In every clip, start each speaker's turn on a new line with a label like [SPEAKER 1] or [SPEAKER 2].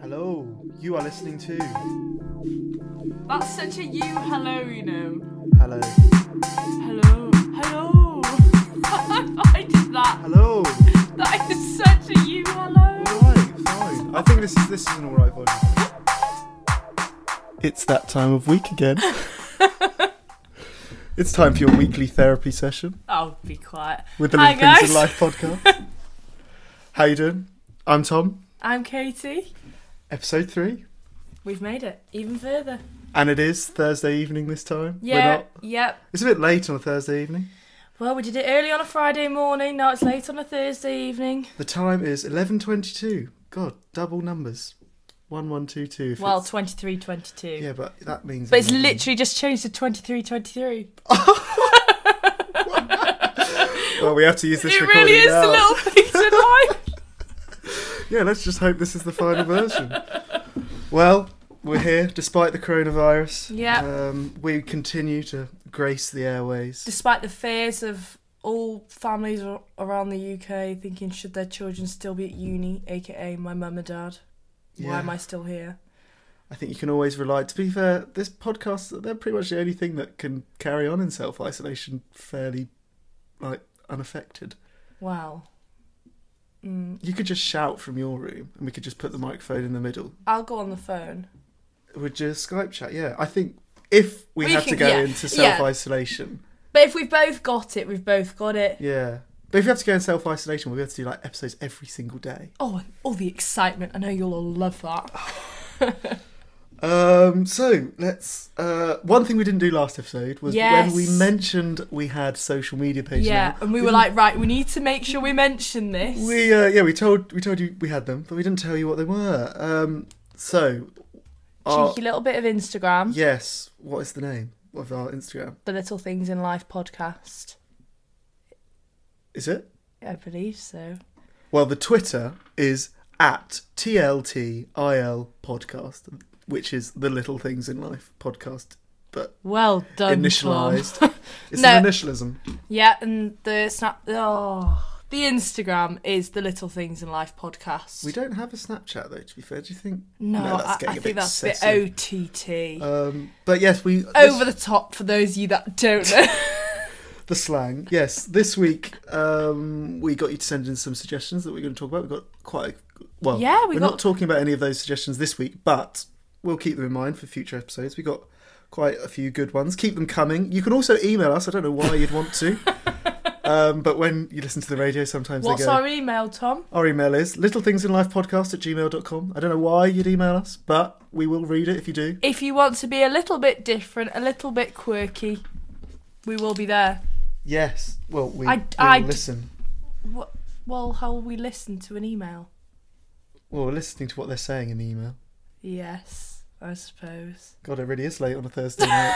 [SPEAKER 1] Hello, you are listening to
[SPEAKER 2] That's such a you hello, you know.
[SPEAKER 1] Hello,
[SPEAKER 2] Hello. Hello. I did that.
[SPEAKER 1] hello.
[SPEAKER 2] That is such a you hello.
[SPEAKER 1] Alright, fine. I think this is this is an alright one. It's that time of week again. it's time for your weekly therapy session
[SPEAKER 2] I'll be quiet.
[SPEAKER 1] with the
[SPEAKER 2] Hi,
[SPEAKER 1] Little Things
[SPEAKER 2] guys.
[SPEAKER 1] in Life podcast. How you doing? I'm Tom.
[SPEAKER 2] I'm Katie.
[SPEAKER 1] Episode three,
[SPEAKER 2] We've made it even further.
[SPEAKER 1] and it is Thursday evening this time. We're
[SPEAKER 2] Yeah.
[SPEAKER 1] not-
[SPEAKER 2] Yep.
[SPEAKER 1] It's a bit late on a Thursday evening.
[SPEAKER 2] Well, we did it early on a Friday morning. Now it's late on a Thursday evening.
[SPEAKER 1] The time is 11:22. God, double numbers. 1122. if
[SPEAKER 2] Well,
[SPEAKER 1] it's-
[SPEAKER 2] 23, 22.
[SPEAKER 1] yeah, but that means
[SPEAKER 2] But it's
[SPEAKER 1] 11.
[SPEAKER 2] literally just changed to 23, 23.
[SPEAKER 1] Well, we have to use this
[SPEAKER 2] it
[SPEAKER 1] recording
[SPEAKER 2] really is
[SPEAKER 1] now.
[SPEAKER 2] the little things in life.
[SPEAKER 1] Yeah, let's just hope this is the final version. well, we're here despite the coronavirus.
[SPEAKER 2] Yeah.
[SPEAKER 1] Um, we continue to grace the airways.
[SPEAKER 2] despite the fears of all families ar- around the UK thinking should their children still be at uni, aka my mum and dad. Why
[SPEAKER 1] Yeah.
[SPEAKER 2] am I still here?
[SPEAKER 1] I think you can always rely. To be fair, this podcast, they're pretty much the only thing that can carry on in self isolation fairly, like, unaffected.
[SPEAKER 2] Wow. Mm,
[SPEAKER 1] You could just shout from your room and we could just put the microphone in the middle.
[SPEAKER 2] I'll go on the phone.
[SPEAKER 1] We'd just Skype chat, yeah. I think if we
[SPEAKER 2] We
[SPEAKER 1] had to
[SPEAKER 2] can-
[SPEAKER 1] go
[SPEAKER 2] yeah,
[SPEAKER 1] into
[SPEAKER 2] yeah.
[SPEAKER 1] self isolation,
[SPEAKER 2] But if we've both got it, we've both got it.
[SPEAKER 1] Yeah. But if you have to go in self isolation, we'll be able to do like episodes every single day.
[SPEAKER 2] Oh, and all the excitement. I know you'll all love
[SPEAKER 1] Oh,
[SPEAKER 2] that.
[SPEAKER 1] Um, so let's. Uh, one thing we didn't do last episode was
[SPEAKER 2] Yes.
[SPEAKER 1] when we mentioned we had social media pages.
[SPEAKER 2] yeah,
[SPEAKER 1] now.
[SPEAKER 2] and we were like, right, we need to make sure we mention this.
[SPEAKER 1] we uh, yeah, we told we told you we had them, but we didn't tell you what they were. Um, so, our,
[SPEAKER 2] Cheeky little bit of Instagram,
[SPEAKER 1] yes, what is the name of our Instagram?
[SPEAKER 2] the Little Things in Life podcast.
[SPEAKER 1] Is it?
[SPEAKER 2] I believe so.
[SPEAKER 1] Well, the Twitter is at TLTIL podcast, which is the Little Things in Life podcast, but
[SPEAKER 2] Well done. Tom.
[SPEAKER 1] initialized. It's
[SPEAKER 2] No.
[SPEAKER 1] an initialism.
[SPEAKER 2] Yeah, and the snap. Oh, the Instagram is the Little Things in Life podcast.
[SPEAKER 1] We don't have a Snapchat though. To be fair, do you think?
[SPEAKER 2] no, I, I think that's a
[SPEAKER 1] excessive.
[SPEAKER 2] bit OTT.
[SPEAKER 1] Um, but yes, we
[SPEAKER 2] Over
[SPEAKER 1] this,
[SPEAKER 2] the top for those of you that don't know.
[SPEAKER 1] the slang. Yes, this week um, we got you to send in some suggestions that we're going to talk about. We got quite a, well.
[SPEAKER 2] Yeah, we
[SPEAKER 1] are
[SPEAKER 2] got-
[SPEAKER 1] not talking about any of those suggestions this week, but we'll keep them in mind for future episodes. We got quite a few good ones. Keep them coming. You can also email us. I don't know why you'd want to, um, but when you listen to the radio, sometimes
[SPEAKER 2] What's
[SPEAKER 1] they go.
[SPEAKER 2] our email, Tom?
[SPEAKER 1] Our email is littlethingsinlifepodcast at gmail.com. I don't know why you'd email us, but we will read it if you do.
[SPEAKER 2] If you want to be a little bit different, a little bit quirky, we will be there.
[SPEAKER 1] Yes. Well, we,
[SPEAKER 2] I-
[SPEAKER 1] we
[SPEAKER 2] I
[SPEAKER 1] will
[SPEAKER 2] d-
[SPEAKER 1] listen.
[SPEAKER 2] Wha well, how will we listen to an email?
[SPEAKER 1] Well, we're listening to what they're saying in the email.
[SPEAKER 2] Yes, I suppose.
[SPEAKER 1] God, it really is late on a Thursday night.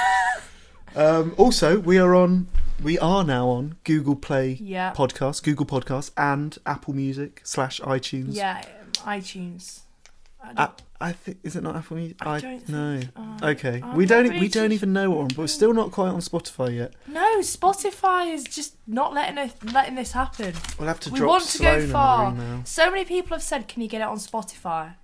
[SPEAKER 1] um, also, we are on. We are now on Google Play
[SPEAKER 2] Yeah.
[SPEAKER 1] Podcasts, Google Podcasts, and Apple Music slash iTunes.
[SPEAKER 2] Yeah, um, iTunes. I don't-
[SPEAKER 1] A- I think is it not Apple Music?
[SPEAKER 2] I don't
[SPEAKER 1] no.
[SPEAKER 2] uh,
[SPEAKER 1] okay,
[SPEAKER 2] I'm
[SPEAKER 1] we
[SPEAKER 2] not
[SPEAKER 1] don't e, we
[SPEAKER 2] really
[SPEAKER 1] don't even know what we're on, but we're still not quite on Spotify yet.
[SPEAKER 2] No, Spotify is just not letting it, letting this happen.
[SPEAKER 1] We'll have to
[SPEAKER 2] We
[SPEAKER 1] drop
[SPEAKER 2] want to go
[SPEAKER 1] Sloan
[SPEAKER 2] far.
[SPEAKER 1] another email.
[SPEAKER 2] So many people have said, "Can you get it on Spotify?"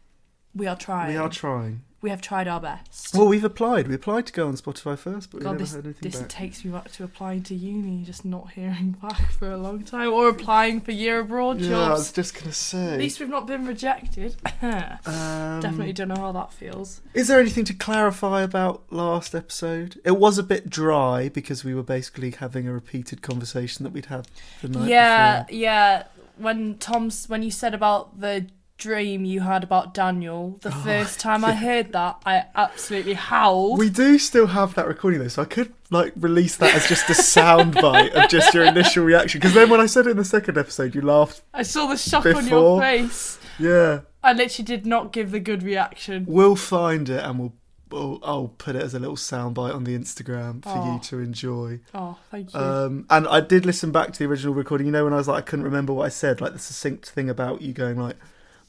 [SPEAKER 2] We are trying.
[SPEAKER 1] We are trying.
[SPEAKER 2] We have tried our best.
[SPEAKER 1] Well, we've applied. We applied to go on Spotify first, but we
[SPEAKER 2] God,
[SPEAKER 1] never
[SPEAKER 2] this,
[SPEAKER 1] heard anything
[SPEAKER 2] this
[SPEAKER 1] back.
[SPEAKER 2] takes me back to applying to uni, just not hearing back for a long time, or applying for year abroad
[SPEAKER 1] yeah, I was
[SPEAKER 2] jobs.
[SPEAKER 1] just gonna say.
[SPEAKER 2] At least we've not been rejected.
[SPEAKER 1] Um,
[SPEAKER 2] Definitely don't know how that feels.
[SPEAKER 1] Is there anything to clarify about last episode? It was a bit dry because we were basically having a repeated conversation that we'd had the night
[SPEAKER 2] yeah,
[SPEAKER 1] before.
[SPEAKER 2] yeah. When Tom's, when you said about the dream you had about Daniel, the
[SPEAKER 1] Oh,
[SPEAKER 2] first time I heard that, I absolutely howled.
[SPEAKER 1] We do still have that recording though, so I could like release that as just a soundbite of just your initial reaction. Because then when I said it in the second episode, you laughed.
[SPEAKER 2] I saw the shock on
[SPEAKER 1] Before-
[SPEAKER 2] your face.
[SPEAKER 1] Yeah,
[SPEAKER 2] I literally did not give the good reaction.
[SPEAKER 1] we'll find it and we'll. I'll, I'll put it as a little soundbite on the Instagram for you
[SPEAKER 2] Aw.
[SPEAKER 1] to enjoy.
[SPEAKER 2] Oh, thank you.
[SPEAKER 1] Um, and I did listen back to the original recording. You know, when I was like, I couldn't remember what I said, like the succinct thing about you going like,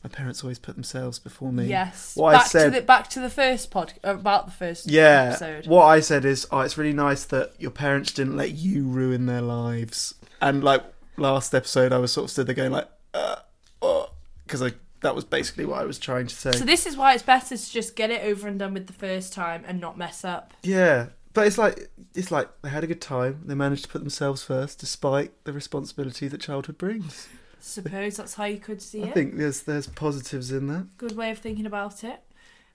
[SPEAKER 1] my parents always put themselves before me.
[SPEAKER 2] yes.
[SPEAKER 1] What
[SPEAKER 2] back
[SPEAKER 1] I said.
[SPEAKER 2] to the back to the first pod uh, about the first
[SPEAKER 1] yeah.
[SPEAKER 2] episode.
[SPEAKER 1] What I said is, oh, it's really nice that your parents didn't let you ruin their lives. And like last episode, "Uh, I was sort of stood there going like, because I that was basically what I was trying to say.
[SPEAKER 2] So this is why it's better to just get it over and done with the first time and not mess up.
[SPEAKER 1] yeah, but it's like it's like they had a good time. They managed to put themselves first, despite the responsibility that childhood brings.
[SPEAKER 2] Suppose that's how you could see
[SPEAKER 1] I
[SPEAKER 2] it.
[SPEAKER 1] think there's there's positives in that.
[SPEAKER 2] Good way of thinking about it.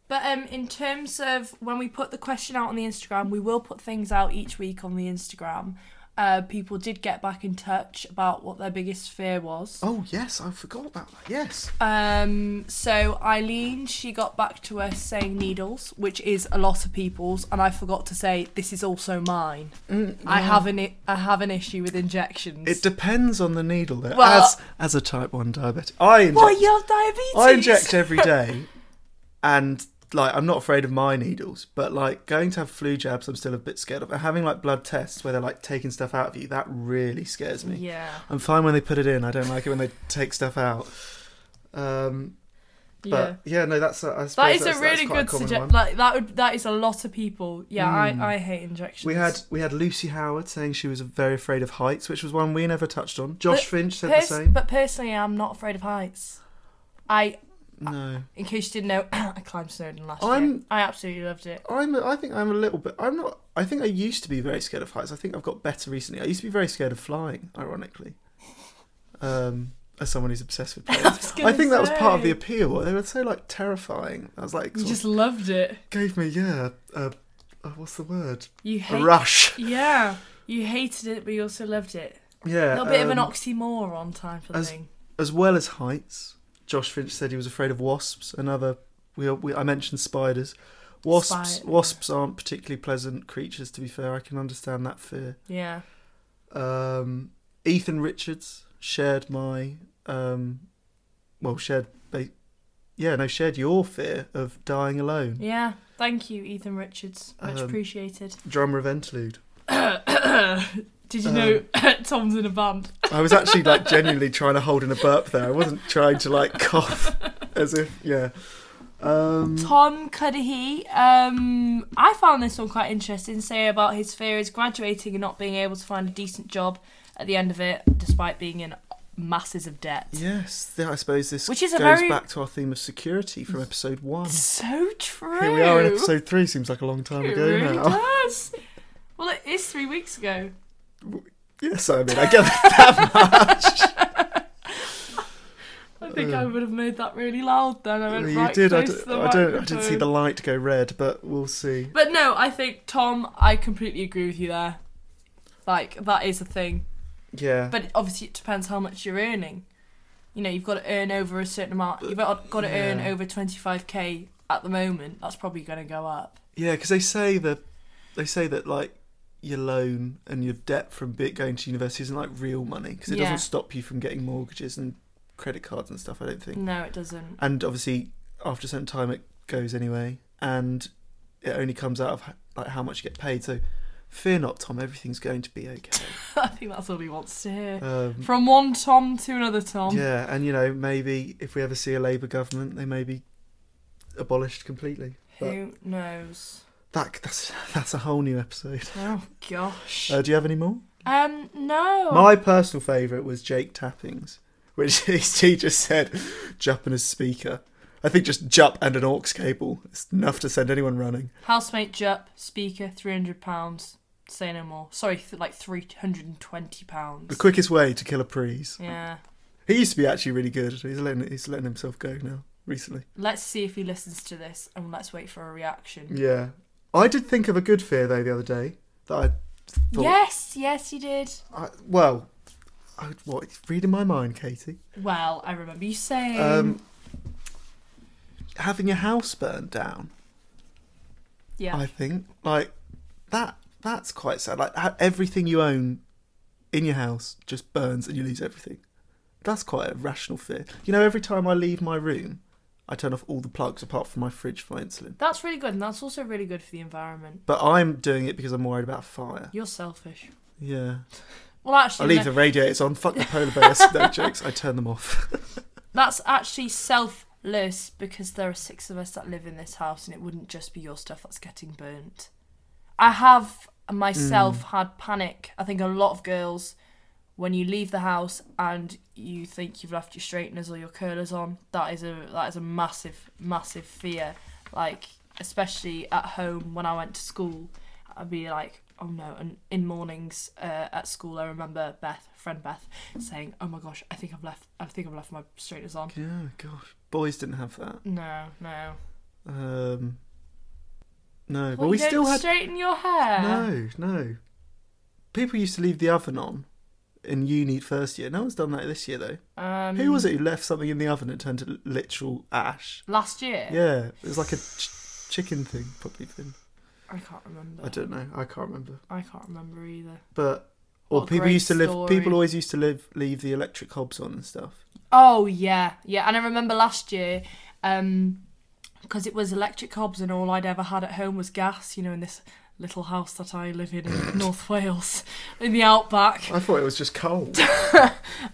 [SPEAKER 2] But um, in terms of when we put the question out on the Instagram, we will put things out each week on the Instagram. Uh, people did get back in touch about what their biggest fear was.
[SPEAKER 1] Oh yes, I forgot about that. Yes.
[SPEAKER 2] Um, so Eileen, she got back to us saying needles, which is a lot of people's, and I forgot to say this is also mine. I have an I-, I have an issue with injections.
[SPEAKER 1] It depends on the needle. Though.
[SPEAKER 2] Well-
[SPEAKER 1] as as a type one diabetic, I inject,
[SPEAKER 2] Well, you have diabetes.
[SPEAKER 1] I inject every day, and like I'm not afraid of my needles, but like going to have flu jabs, I'm still a bit scared of. And having like blood tests where they're like taking stuff out of you, that really scares me.
[SPEAKER 2] Yeah,
[SPEAKER 1] I'm fine when they put it in. I don't like it when they take stuff out. Um,
[SPEAKER 2] yeah.
[SPEAKER 1] but yeah, no, that's a, I suppose
[SPEAKER 2] That is
[SPEAKER 1] that's, that's
[SPEAKER 2] a really
[SPEAKER 1] quite a
[SPEAKER 2] good
[SPEAKER 1] common
[SPEAKER 2] suggestion.
[SPEAKER 1] one. Mm.
[SPEAKER 2] Like that would that is a lot of people. Yeah, I, I hate injections.
[SPEAKER 1] We had we had Lucy Howard saying she was very afraid of heights, which was one we never touched on. Josh
[SPEAKER 2] But
[SPEAKER 1] Finch said
[SPEAKER 2] Pers-
[SPEAKER 1] the same.
[SPEAKER 2] but personally, I'm not afraid of heights. I,
[SPEAKER 1] No,
[SPEAKER 2] in case you didn't know, I climbed Snowdon last year.
[SPEAKER 1] I'm-
[SPEAKER 2] I absolutely loved it.
[SPEAKER 1] I'm. I think I'm a little bit. I'm not. I think I used to be very scared of heights. I think I've got better recently. I used to be very scared of flying, ironically. Um, as someone who's obsessed with planes,
[SPEAKER 2] was
[SPEAKER 1] I think that was part of the
[SPEAKER 2] gonna
[SPEAKER 1] appeal. They were so like terrifying. I was like,
[SPEAKER 2] You
[SPEAKER 1] sort
[SPEAKER 2] just loved it.
[SPEAKER 1] of gave me yeah. Uh, uh, what's the word?
[SPEAKER 2] You
[SPEAKER 1] A
[SPEAKER 2] hate.
[SPEAKER 1] rush.
[SPEAKER 2] Yeah, you hated it, but you also loved it.
[SPEAKER 1] Yeah.
[SPEAKER 2] A little bit of an
[SPEAKER 1] um,
[SPEAKER 2] oxymoron type of
[SPEAKER 1] as-
[SPEAKER 2] thing.
[SPEAKER 1] as well as heights. Josh Finch said he was afraid of wasps. Another, we, we I mentioned spiders. Wasps,
[SPEAKER 2] Spider.
[SPEAKER 1] wasps aren't particularly pleasant creatures. To be fair, I can understand that fear.
[SPEAKER 2] Yeah.
[SPEAKER 1] Um, Ethan Richards shared my, um, well, shared, ba- yeah, no, shared your fear of dying alone.
[SPEAKER 2] Yeah. Thank you, Ethan Richards. Much
[SPEAKER 1] Um,
[SPEAKER 2] appreciated.
[SPEAKER 1] Drummer of Entlude.
[SPEAKER 2] Did you know
[SPEAKER 1] um,
[SPEAKER 2] Tom's in a band?
[SPEAKER 1] I was actually like genuinely trying to hold in a burp there. I wasn't trying to like cough as if yeah. Um,
[SPEAKER 2] Tom Cudahy, um, I found this one quite interesting. Say about his fear is graduating and not being able to find a decent job at the end of it, despite being in masses of debt.
[SPEAKER 1] Yes, th- I suppose this
[SPEAKER 2] Which is a
[SPEAKER 1] goes
[SPEAKER 2] very-
[SPEAKER 1] back to our theme of security from episode one.
[SPEAKER 2] So true.
[SPEAKER 1] Here we are in episode three. Seems like a long time
[SPEAKER 2] It
[SPEAKER 1] ago
[SPEAKER 2] really
[SPEAKER 1] now.
[SPEAKER 2] does. Well, it is three weeks ago.
[SPEAKER 1] Yes, I mean I get that.
[SPEAKER 2] I think
[SPEAKER 1] Uh,
[SPEAKER 2] I would have made that really loud then. I went
[SPEAKER 1] you
[SPEAKER 2] right
[SPEAKER 1] did. I,
[SPEAKER 2] close
[SPEAKER 1] d-
[SPEAKER 2] to the
[SPEAKER 1] I don't. I didn't see
[SPEAKER 2] microphone.
[SPEAKER 1] the light go red, but we'll see.
[SPEAKER 2] But no, I think Tom, I completely agree with you there. Like that is a thing,
[SPEAKER 1] Yeah.
[SPEAKER 2] but obviously it depends how much you're earning. You know, you've got to earn over a certain amount. You've got got to earn
[SPEAKER 1] Yeah.
[SPEAKER 2] over twenty five k at the moment. That's probably going to go up.
[SPEAKER 1] Yeah, because they say that they say that like your loan and your debt from bit going to university isn't like real money because it
[SPEAKER 2] Yeah.
[SPEAKER 1] doesn't stop you from getting mortgages and credit cards and stuff. I don't think.
[SPEAKER 2] No, it doesn't.
[SPEAKER 1] and obviously after a certain time it goes anyway and it only comes out of h- like how much you get paid so fear not tom everything's going to be okay
[SPEAKER 2] I think that's all he wants to hear.
[SPEAKER 1] um,
[SPEAKER 2] From one Tom to another Tom.
[SPEAKER 1] yeah and you know maybe if we ever see a labour government they may be abolished completely but
[SPEAKER 2] Who knows?
[SPEAKER 1] that, that's that's a whole new episode
[SPEAKER 2] Oh gosh.
[SPEAKER 1] uh, do you have any more
[SPEAKER 2] um no.
[SPEAKER 1] my personal favourite was jake tappings which he just said japanese speaker i think just jup and an aux cable it's enough to send anyone running
[SPEAKER 2] Housemate Jupp, speaker, three hundred pounds. Say no more. Sorry, th- like three hundred and twenty
[SPEAKER 1] the
[SPEAKER 2] pounds.
[SPEAKER 1] quickest way to kill a prees
[SPEAKER 2] Yeah.
[SPEAKER 1] He used to be actually really good. He's letting he's letting himself go now recently.
[SPEAKER 2] Let's see if he listens to this, and let's wait for a reaction.
[SPEAKER 1] Yeah, I did think of a good fear though the other day that I thought.
[SPEAKER 2] Yes, yes, you did.
[SPEAKER 1] I, well, I, what it's reading my mind, Katie?
[SPEAKER 2] Well, I remember you saying.
[SPEAKER 1] Um, having your house burned down.
[SPEAKER 2] yeah.
[SPEAKER 1] I think like that. That's quite sad. Like ha- everything you own in your house just burns and you lose everything. That's quite a rational fear. You know, every time I leave my room, I turn off all the plugs apart from my fridge for my insulin.
[SPEAKER 2] that's really good, and that's also really good for the environment.
[SPEAKER 1] But I'm doing it because I'm worried about fire.
[SPEAKER 2] You're selfish.
[SPEAKER 1] Yeah.
[SPEAKER 2] Well,
[SPEAKER 1] I
[SPEAKER 2] actually,
[SPEAKER 1] leave the
[SPEAKER 2] no,
[SPEAKER 1] radiators on. Fuck the polar bears. no jokes. I turn them off.
[SPEAKER 2] that's actually selfless because there are six of us that live in this house, and it wouldn't just be your stuff that's getting burnt. I have myself had panic. I think a lot of girls when you leave the house and you think you've left your straighteners or your curlers on. That is a that is a massive massive fear. Like especially at home when I went to school, I'd be like, oh no. And in mornings uh, at school, I remember Beth, friend Beth, saying, oh my gosh, I think I've left I think I've left my straighteners on.
[SPEAKER 1] Yeah, gosh, boys didn't have that.
[SPEAKER 2] No, no.
[SPEAKER 1] Um, no,
[SPEAKER 2] Well,
[SPEAKER 1] but we
[SPEAKER 2] you don't
[SPEAKER 1] still had
[SPEAKER 2] straighten your hair.
[SPEAKER 1] no, no. People used to leave the oven on in uni first year. No one's done that this year though.
[SPEAKER 2] Um,
[SPEAKER 1] Who was it who left something in the oven and turned to literal ash?
[SPEAKER 2] Last year.
[SPEAKER 1] Yeah, it was like a ch- chicken thing, probably. Thing.
[SPEAKER 2] I can't remember.
[SPEAKER 1] I don't know. I can't remember.
[SPEAKER 2] I can't remember either.
[SPEAKER 1] But
[SPEAKER 2] What
[SPEAKER 1] or
[SPEAKER 2] a
[SPEAKER 1] people
[SPEAKER 2] great
[SPEAKER 1] used to live.
[SPEAKER 2] story.
[SPEAKER 1] People always used to live leave the electric hobs on and stuff.
[SPEAKER 2] Oh yeah, yeah. And I remember last year, um, because it was electric hobs and all I'd ever had at home was gas. You know, in this little house that I live in in North Wales, in the outback.
[SPEAKER 1] I thought it was just coal.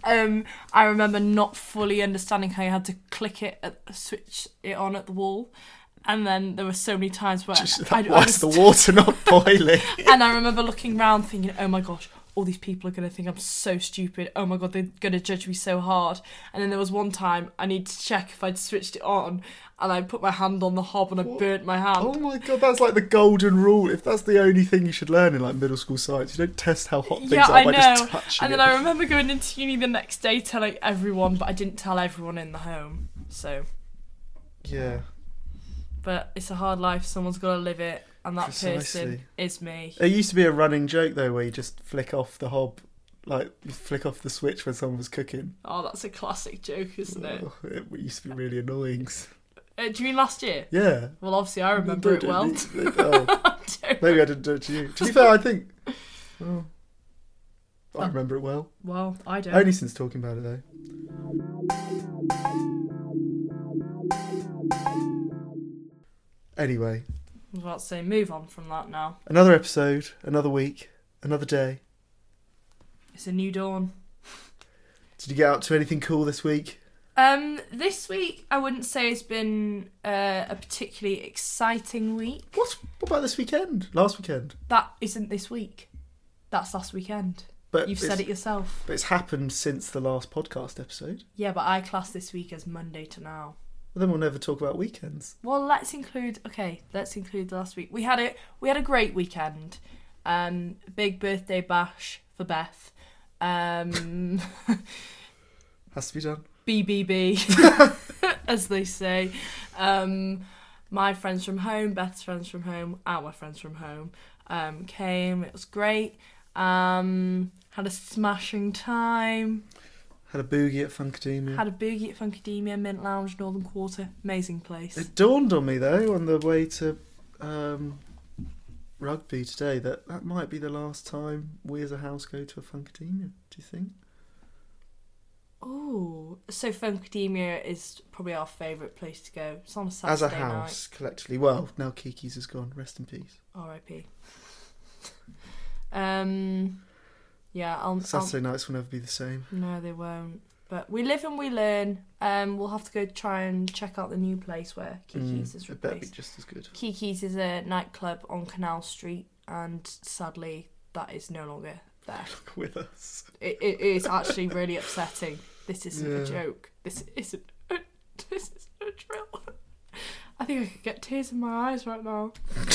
[SPEAKER 2] Um, I remember not fully understanding how you had to click it, at, switch it on at the wall. And then there were so many times where
[SPEAKER 1] Just-
[SPEAKER 2] I'd,
[SPEAKER 1] Why's the water not boiling?
[SPEAKER 2] and I remember looking round, thinking, "Oh my gosh, all these people are gonna think I'm so stupid. Oh my god, they're gonna judge me so hard." And then there was one time I need to check if I'd switched it on, and I put my hand on the hob and I burnt my hand.
[SPEAKER 1] Oh my god, that's like the golden rule. If that's the only thing you should learn in like middle school science, you don't test how hot things
[SPEAKER 2] yeah,
[SPEAKER 1] are
[SPEAKER 2] I
[SPEAKER 1] by
[SPEAKER 2] know.
[SPEAKER 1] just touching
[SPEAKER 2] And
[SPEAKER 1] it.
[SPEAKER 2] then I remember going into uni the next day telling everyone, but I didn't tell everyone in the home. So,
[SPEAKER 1] yeah,
[SPEAKER 2] but it's a hard life. Someone's gotta live it, and that person
[SPEAKER 1] Precisely.
[SPEAKER 2] is me.
[SPEAKER 1] it used to be a running joke though, where you just flick off the hob, like you flick off the switch when someone was cooking.
[SPEAKER 2] Oh, that's a classic joke, isn't it?
[SPEAKER 1] Oh, it used to be really annoying.
[SPEAKER 2] Uh, do you mean last year?
[SPEAKER 1] Yeah,
[SPEAKER 2] Well, obviously I remember it
[SPEAKER 1] Don't-
[SPEAKER 2] well.
[SPEAKER 1] Oh, maybe I didn't do it to you. To be fair, I think. Oh,
[SPEAKER 2] Oh.
[SPEAKER 1] I remember it well.
[SPEAKER 2] Well, I don't.
[SPEAKER 1] Only since talking about it though. Anyway,
[SPEAKER 2] I was about to say, move on from that now.
[SPEAKER 1] another episode, another week, another day.
[SPEAKER 2] It's a new dawn.
[SPEAKER 1] Did you get up to anything cool this week?
[SPEAKER 2] Um, this week I wouldn't say it's been uh, a particularly exciting week.
[SPEAKER 1] What? What about this weekend? Last weekend?
[SPEAKER 2] That isn't this week. That's last weekend.
[SPEAKER 1] But
[SPEAKER 2] You've
[SPEAKER 1] it's-
[SPEAKER 2] said it yourself.
[SPEAKER 1] But it's happened since the last podcast episode.
[SPEAKER 2] Yeah, but I class this week as Monday to now.
[SPEAKER 1] Well, then we'll never talk about weekends.
[SPEAKER 2] Well, let's include. Okay, let's include the last week. We had a we had a great weekend. Um, big birthday bash for Beth. Um,
[SPEAKER 1] Has to be done.
[SPEAKER 2] BBB, as they say. Um, my friends from home, Beth's friends from home, our friends from home um, came. It was great. Um, had a smashing time.
[SPEAKER 1] Had a boogie at Funkademia.
[SPEAKER 2] Had a boogie at Funkademia, Mint Lounge, Northern Quarter. Amazing place.
[SPEAKER 1] It dawned on me though on the way to um, rugby today that that might be the last time we as a house go to a Funkademia. Do you think?
[SPEAKER 2] Oh, so Funkademia is probably our favourite place to go. It's on a Saturday
[SPEAKER 1] as a house collectively. Well, now Kiki's is gone. Rest in peace.
[SPEAKER 2] night. R.I.P. Um, yeah, I'll, I'll
[SPEAKER 1] Saturday nights will never be the same.
[SPEAKER 2] No, they won't. But we live and we learn. Um, we'll have to go try and check out the new place where Kiki's
[SPEAKER 1] Mm,
[SPEAKER 2] is
[SPEAKER 1] it better be
[SPEAKER 2] replaced.
[SPEAKER 1] just as good.
[SPEAKER 2] Kiki's is a nightclub on Canal Street, and sadly, that is no longer there.
[SPEAKER 1] Look with us.
[SPEAKER 2] It, it is actually really upsetting. This isn't a
[SPEAKER 1] Yeah.
[SPEAKER 2] joke. This isn't. A, this isn't a drill. I think I could get tears in my eyes right now.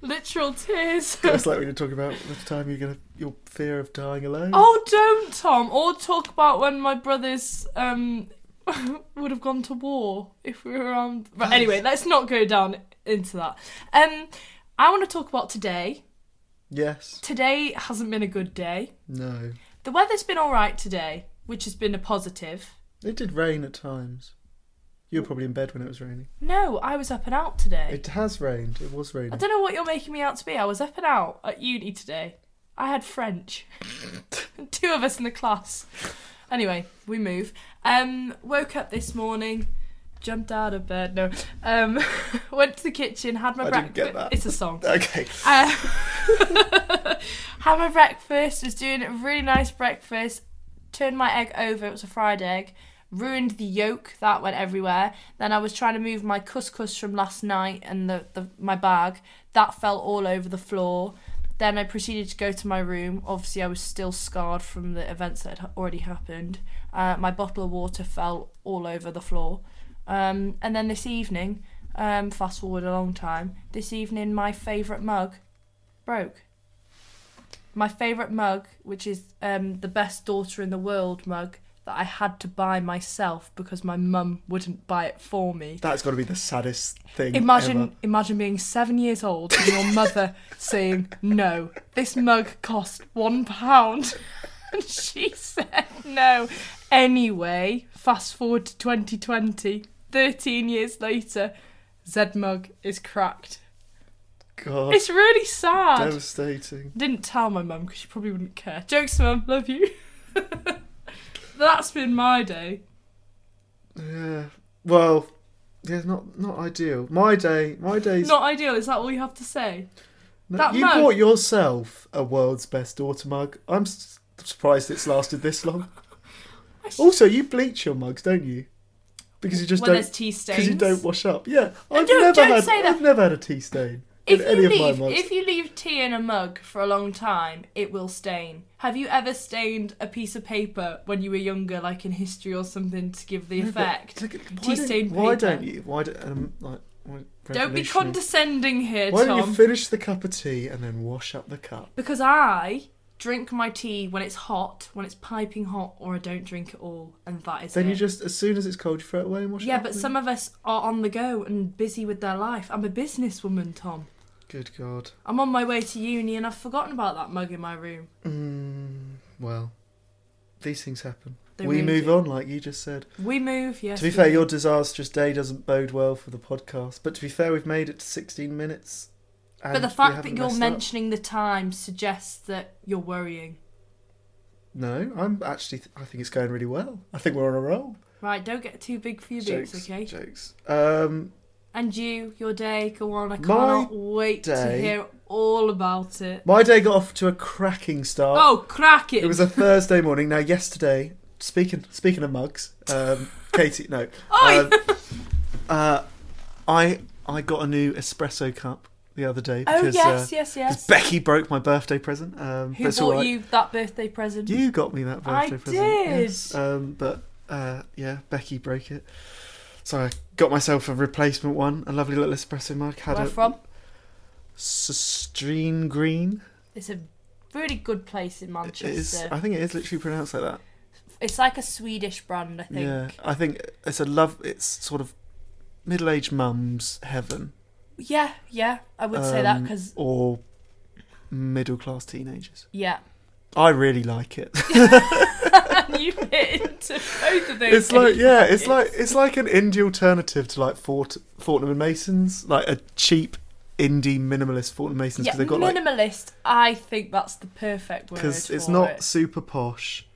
[SPEAKER 2] Literal tears.
[SPEAKER 1] It's like we were talking about the time you're gonna your fear of dying alone.
[SPEAKER 2] Oh, don't, Tom. Or talk about when my brothers um would have gone to war if we were around. But anyway, let's not go down into that. Um, I want to talk about today.
[SPEAKER 1] Yes.
[SPEAKER 2] Today hasn't been a good day.
[SPEAKER 1] No.
[SPEAKER 2] The weather's been all right today, which has been a positive.
[SPEAKER 1] It did rain at times. You were probably in bed when it was raining.
[SPEAKER 2] No, I was up and out today.
[SPEAKER 1] It has rained. It was
[SPEAKER 2] I
[SPEAKER 1] raining.
[SPEAKER 2] don't know what you're making me out to be. I was up and out at uni today. I had French. Two of us in the class. Anyway, we move. Um, woke up this morning, jumped out of bed. No, um, went to the kitchen, had my
[SPEAKER 1] I
[SPEAKER 2] breakfast.
[SPEAKER 1] didn't get that.
[SPEAKER 2] It's a song.
[SPEAKER 1] Okay.
[SPEAKER 2] Uh, had my breakfast. Was doing a really nice breakfast. Turned my egg over. It was a fried egg. Ruined the yolk. That went everywhere. Then I was trying to move my couscous from last night and the, the my bag. That fell all over the floor. Then I proceeded to go to my room. Obviously, I was still scarred from the events that had already happened. Uh, my bottle of water fell all over the floor. Um, and then this evening, um, fast forward a long time, this evening, my favourite mug broke. My favourite mug, which is um, the best daughter in the world mug that I had to buy myself because my mum wouldn't buy it for me.
[SPEAKER 1] That's got to be the saddest thing.
[SPEAKER 2] Imagine,
[SPEAKER 1] ever.
[SPEAKER 2] imagine being seven years old and your mother saying, "No, this mug cost one pound," and she said, "No." Anyway, fast forward to 2020, 13 years later, Z mug is cracked.
[SPEAKER 1] God,
[SPEAKER 2] It's really sad.
[SPEAKER 1] devastating.
[SPEAKER 2] Didn't tell my mum because she probably wouldn't care. Jokes, mum, love you. That's been my day.
[SPEAKER 1] Yeah. Well, yeah, not not ideal. My day, my day's.
[SPEAKER 2] Not ideal. Is that all you have to say?
[SPEAKER 1] No,
[SPEAKER 2] that
[SPEAKER 1] you
[SPEAKER 2] mug.
[SPEAKER 1] bought yourself a world's best daughter mug. I'm s- surprised it's lasted this long. also, you bleach your mugs, don't you? Because you just
[SPEAKER 2] when there's
[SPEAKER 1] don't.
[SPEAKER 2] tea
[SPEAKER 1] Because
[SPEAKER 2] stains.
[SPEAKER 1] you don't wash up. Yeah, I've
[SPEAKER 2] don't-
[SPEAKER 1] never
[SPEAKER 2] don't
[SPEAKER 1] had.
[SPEAKER 2] say that.
[SPEAKER 1] I've never had a tea stain
[SPEAKER 2] if
[SPEAKER 1] in any
[SPEAKER 2] you
[SPEAKER 1] of my
[SPEAKER 2] leave
[SPEAKER 1] mugs.
[SPEAKER 2] if you leave tea in a mug for a long time, it will stain. Have you ever stained a piece of paper when you were younger, like in history or something, to give the
[SPEAKER 1] No, but-
[SPEAKER 2] effect?
[SPEAKER 1] look at- why
[SPEAKER 2] Tea
[SPEAKER 1] don't-
[SPEAKER 2] stained
[SPEAKER 1] Why
[SPEAKER 2] paper.
[SPEAKER 1] don't you? Why don't um, like? why-
[SPEAKER 2] Don't be
[SPEAKER 1] revolutionary.
[SPEAKER 2] condescending here,
[SPEAKER 1] Why
[SPEAKER 2] Tom.
[SPEAKER 1] don't you finish the cup of tea and then wash up the cup?
[SPEAKER 2] because I drink my tea when it's hot, when it's piping hot, or I don't drink at all, and that is
[SPEAKER 1] Then
[SPEAKER 2] it.
[SPEAKER 1] you just, as soon as it's cold, you throw it away and wash it
[SPEAKER 2] yeah,
[SPEAKER 1] up.
[SPEAKER 2] but
[SPEAKER 1] then.
[SPEAKER 2] some of us are on the go and busy with their life. I'm a businesswoman, Tom.
[SPEAKER 1] Good God.
[SPEAKER 2] I'm on my way to uni and I've forgotten about that mug in my room.
[SPEAKER 1] Mm, well, these things happen.
[SPEAKER 2] They
[SPEAKER 1] we
[SPEAKER 2] really
[SPEAKER 1] move
[SPEAKER 2] do.
[SPEAKER 1] on, like you just said.
[SPEAKER 2] We move, yes.
[SPEAKER 1] to be
[SPEAKER 2] we
[SPEAKER 1] fair,
[SPEAKER 2] do.
[SPEAKER 1] your disastrous day doesn't bode well for the podcast. But to be fair, we've made it to 16 minutes.
[SPEAKER 2] But
[SPEAKER 1] and
[SPEAKER 2] the
[SPEAKER 1] we
[SPEAKER 2] fact
[SPEAKER 1] haven't
[SPEAKER 2] that you're
[SPEAKER 1] messed up.
[SPEAKER 2] mentioning the time suggests that you're worrying.
[SPEAKER 1] No, I'm actually. Th- I think it's going really well. I think we're on a roll.
[SPEAKER 2] Right, don't get too big for your
[SPEAKER 1] jokes,
[SPEAKER 2] boots, okay?
[SPEAKER 1] Jokes. Um,
[SPEAKER 2] And you, your day, go on. I
[SPEAKER 1] My
[SPEAKER 2] cannot wait to
[SPEAKER 1] day-
[SPEAKER 2] hear all about it.
[SPEAKER 1] my day got off to a cracking start.
[SPEAKER 2] Oh, crack it!
[SPEAKER 1] It was a Thursday morning. Now, yesterday, speaking speaking of mugs, um, Katie, no,
[SPEAKER 2] Oh,
[SPEAKER 1] um, uh, I I got a new espresso cup the other day
[SPEAKER 2] oh
[SPEAKER 1] because, uh,
[SPEAKER 2] yes, yes,
[SPEAKER 1] 'cause
[SPEAKER 2] yes.
[SPEAKER 1] Becky broke my birthday present. Um, but
[SPEAKER 2] Who
[SPEAKER 1] it's all
[SPEAKER 2] bought
[SPEAKER 1] right.
[SPEAKER 2] you that birthday present?
[SPEAKER 1] You got me that
[SPEAKER 2] I
[SPEAKER 1] birthday present. yes.
[SPEAKER 2] did.
[SPEAKER 1] Um, but uh, yeah, Becky broke it, so I got myself a replacement one, a lovely little espresso mug. Had
[SPEAKER 2] Where
[SPEAKER 1] a
[SPEAKER 2] from?
[SPEAKER 1] Sustrine Green.
[SPEAKER 2] It's a really good place in
[SPEAKER 1] It is.
[SPEAKER 2] Manchester.
[SPEAKER 1] I think it is literally pronounced like that.
[SPEAKER 2] It's like a Swedish brand, I think.
[SPEAKER 1] Yeah, I think it's a love. It's sort of middle-aged mums heaven,
[SPEAKER 2] Yeah, yeah, I would say that
[SPEAKER 1] Um,
[SPEAKER 2] because
[SPEAKER 1] or middle-class teenagers.
[SPEAKER 2] yeah,
[SPEAKER 1] I really like it.
[SPEAKER 2] you fit into both of those.
[SPEAKER 1] It's like
[SPEAKER 2] age
[SPEAKER 1] yeah, it's like
[SPEAKER 2] brackets.
[SPEAKER 1] it's like an indie alternative to like Fort Fortnum and Masons, like a cheap indie minimalist Fortnum and Masons
[SPEAKER 2] yeah,
[SPEAKER 1] because they've got like
[SPEAKER 2] minimalist. I think that's the perfect word.
[SPEAKER 1] because
[SPEAKER 2] Because
[SPEAKER 1] it's not
[SPEAKER 2] It.
[SPEAKER 1] super posh.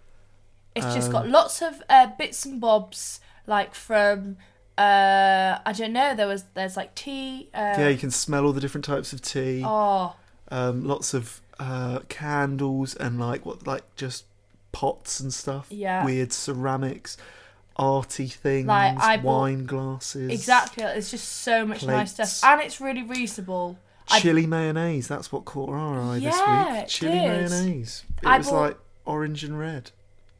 [SPEAKER 2] It's just
[SPEAKER 1] um,
[SPEAKER 2] got lots of uh, bits and bobs, like from uh, I don't know. There was there's like tea. Uh,
[SPEAKER 1] yeah, you can smell all the different types of tea,
[SPEAKER 2] Oh,
[SPEAKER 1] um, lots of uh, candles and like what like just pots and stuff.
[SPEAKER 2] Yeah.
[SPEAKER 1] weird ceramics, arty things,
[SPEAKER 2] Like, I bought-
[SPEAKER 1] wine glasses,
[SPEAKER 2] exactly. It's just so much nice
[SPEAKER 1] plates.
[SPEAKER 2] stuff, and it's really reasonable. I-
[SPEAKER 1] Chili mayonnaise. That's what caught our eye
[SPEAKER 2] Yeah,
[SPEAKER 1] this week.
[SPEAKER 2] it
[SPEAKER 1] Chili
[SPEAKER 2] did.
[SPEAKER 1] mayonnaise. It
[SPEAKER 2] I
[SPEAKER 1] was
[SPEAKER 2] bought-
[SPEAKER 1] like orange and red.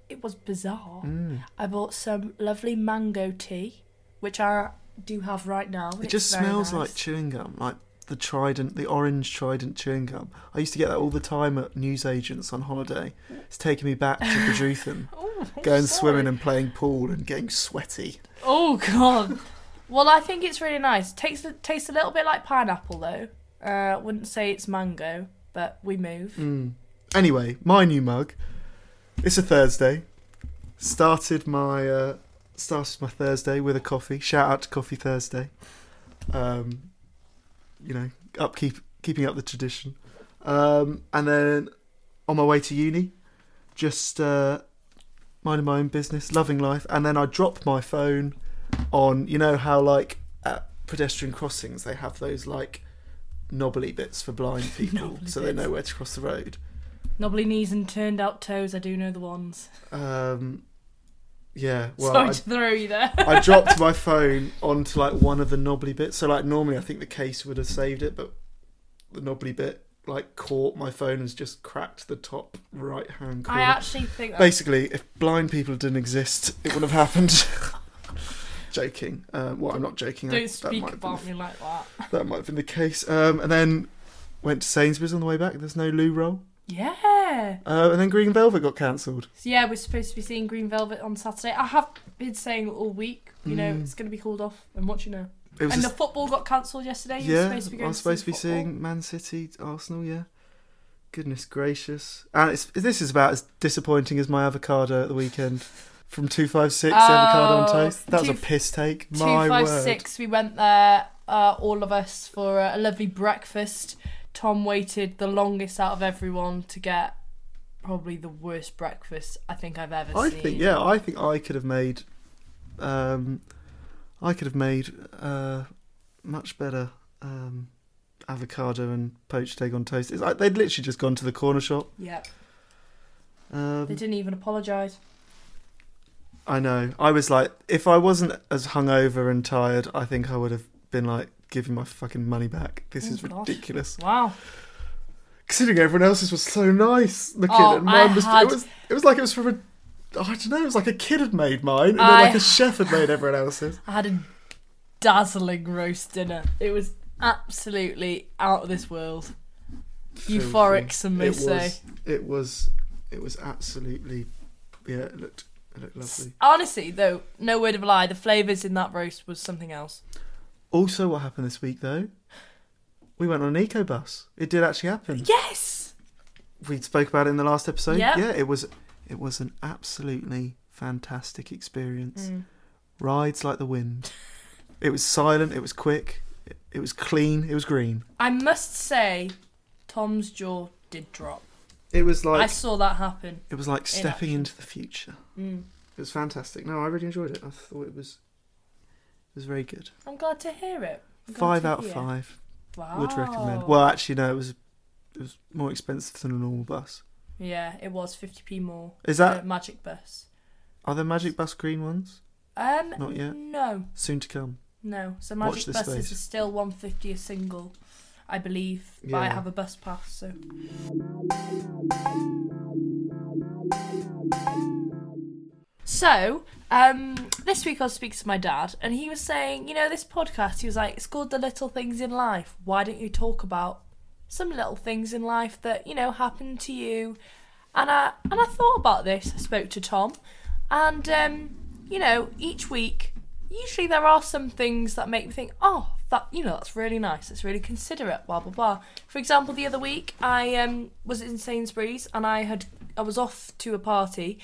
[SPEAKER 2] It was bizarre.
[SPEAKER 1] Mm.
[SPEAKER 2] I bought some lovely mango tea, which I do have right now.
[SPEAKER 1] It just smells like chewing gum, like the Trident, the orange Trident chewing gum. I used to get that all the time at newsagents on holiday. It's taking me back to Bedruthen, going swimming and playing pool and getting sweaty.
[SPEAKER 2] Oh god. well, I think it's really nice. Tastes tastes a little bit like pineapple though. Uh, wouldn't say it's mango, but we move.
[SPEAKER 1] Mm. Anyway, my new mug. It's a Thursday. Started my uh, started my Thursday with a coffee. Shout out to Coffee Thursday. Um, you know, upkeep keeping up the tradition. Um, and then on my way to uni, just uh, minding my own business, loving life. And then I dropped my phone on. You know how like at pedestrian crossings they have those like knobbly bits for blind people,
[SPEAKER 2] Knobbly
[SPEAKER 1] so they
[SPEAKER 2] bits.
[SPEAKER 1] know where to cross the road.
[SPEAKER 2] Knobbly knees and turned out toes. I do know the ones.
[SPEAKER 1] Um, yeah, well,
[SPEAKER 2] Sorry
[SPEAKER 1] I,
[SPEAKER 2] to throw you there.
[SPEAKER 1] I dropped my phone onto like one of the knobbly bits. So like normally, I think the case would have saved it, but the knobbly bit like caught my phone has just cracked the top right hand corner.
[SPEAKER 2] I actually think that
[SPEAKER 1] Basically, if blind people didn't exist, it would have happened. joking. Um, well, I'm not joking. I-
[SPEAKER 2] don't
[SPEAKER 1] that might
[SPEAKER 2] speak
[SPEAKER 1] have been
[SPEAKER 2] about me like that.
[SPEAKER 1] the- that might have been the case. Um, and then went to Sainsbury's on the way back. There's no loo roll.
[SPEAKER 2] Yeah.
[SPEAKER 1] Uh, and then Green Velvet got cancelled.
[SPEAKER 2] So yeah, we're supposed to be seeing Green Velvet on Saturday. I have been saying all week, you know,
[SPEAKER 1] Mm.
[SPEAKER 2] it's going to be called off and watching her.
[SPEAKER 1] It was
[SPEAKER 2] And
[SPEAKER 1] just-
[SPEAKER 2] the football got cancelled yesterday. You were
[SPEAKER 1] yeah,
[SPEAKER 2] supposed to be
[SPEAKER 1] I
[SPEAKER 2] going
[SPEAKER 1] was supposed to be
[SPEAKER 2] see football.
[SPEAKER 1] seeing Man City, Arsenal. Yeah, goodness gracious, and it's, this is about as disappointing as my avocado at the weekend from two five six avocado on
[SPEAKER 2] Oh,
[SPEAKER 1] toast. That was
[SPEAKER 2] two-
[SPEAKER 1] a piss take.
[SPEAKER 2] Two
[SPEAKER 1] My
[SPEAKER 2] five
[SPEAKER 1] word.
[SPEAKER 2] six. We went there, uh, all of us, for a, a lovely breakfast. Tom waited the longest out of everyone to get probably the worst breakfast I think I've ever
[SPEAKER 1] I
[SPEAKER 2] seen.
[SPEAKER 1] think yeah, I think I could have made, um, I could have made uh, much better um, avocado and poached egg on toast. It's like they'd literally just gone to the corner shop.
[SPEAKER 2] Yep. They
[SPEAKER 1] Um,
[SPEAKER 2] didn't even apologise.
[SPEAKER 1] I know. I was like, if I wasn't as hungover and tired, I think I would have been like, give me my fucking money back. This
[SPEAKER 2] Oh,
[SPEAKER 1] is
[SPEAKER 2] gosh.
[SPEAKER 1] ridiculous.
[SPEAKER 2] Wow.
[SPEAKER 1] Considering everyone else's was so nice looking,
[SPEAKER 2] Oh,
[SPEAKER 1] and mine
[SPEAKER 2] I
[SPEAKER 1] was,
[SPEAKER 2] had-
[SPEAKER 1] it was. It was like it was from a. I don't know. It was like a kid had made mine, and
[SPEAKER 2] I-
[SPEAKER 1] then like a chef had made everyone else's.
[SPEAKER 2] I had a dazzling roast dinner. It was absolutely out of this world. Euphoric, some may
[SPEAKER 1] It
[SPEAKER 2] say.
[SPEAKER 1] was. It was. It was absolutely. Yeah, it looked. It looked lovely.
[SPEAKER 2] Honestly, though, no word of a lie, the flavours in that roast was something else.
[SPEAKER 1] Also, what happened this week though? We went on an eco bus. It did actually happen.
[SPEAKER 2] Yes!
[SPEAKER 1] we spoke about it in the last episode.
[SPEAKER 2] Yep.
[SPEAKER 1] Yeah, it was it was an absolutely fantastic experience.
[SPEAKER 2] Mm.
[SPEAKER 1] Rides like the wind. It was silent, it was quick, it, it was clean, it was green.
[SPEAKER 2] I must say, Tom's jaw did drop.
[SPEAKER 1] It was like
[SPEAKER 2] I saw that happen.
[SPEAKER 1] it was like stepping
[SPEAKER 2] action.
[SPEAKER 1] into the future.
[SPEAKER 2] Mm.
[SPEAKER 1] It was fantastic. No, I really enjoyed it. I thought it was it was very good.
[SPEAKER 2] I'm glad to hear it. I'm
[SPEAKER 1] Five
[SPEAKER 2] glad to Oh.
[SPEAKER 1] out of
[SPEAKER 2] hear.
[SPEAKER 1] five
[SPEAKER 2] Wow.
[SPEAKER 1] would recommend. Well, actually, no, it was it was more expensive than a normal bus.
[SPEAKER 2] yeah, it was 50p more.
[SPEAKER 1] Is that
[SPEAKER 2] the Magic Bus?
[SPEAKER 1] are there Magic Bus green ones
[SPEAKER 2] Um,
[SPEAKER 1] Not yet.
[SPEAKER 2] No,
[SPEAKER 1] soon to come?
[SPEAKER 2] no. So
[SPEAKER 1] Watch
[SPEAKER 2] Magic
[SPEAKER 1] this
[SPEAKER 2] Bus
[SPEAKER 1] space.
[SPEAKER 2] is still 150 a single, I believe. But I
[SPEAKER 1] Yeah.
[SPEAKER 2] have a bus pass, so So, um, this week I was speaking to my dad, and he was saying, you know, this podcast, he was like, it's called The Little Things in Life. Why don't you talk about some little things in life that, you know, happened to you? And I, and I thought about this. I spoke to Tom, and, um, you know, each week, usually there are some things that make me think, oh, that, you know, that's really nice. That's really considerate, blah, blah, blah. For example, the other week, I um, was in Sainsbury's, and I had, I was off to a party,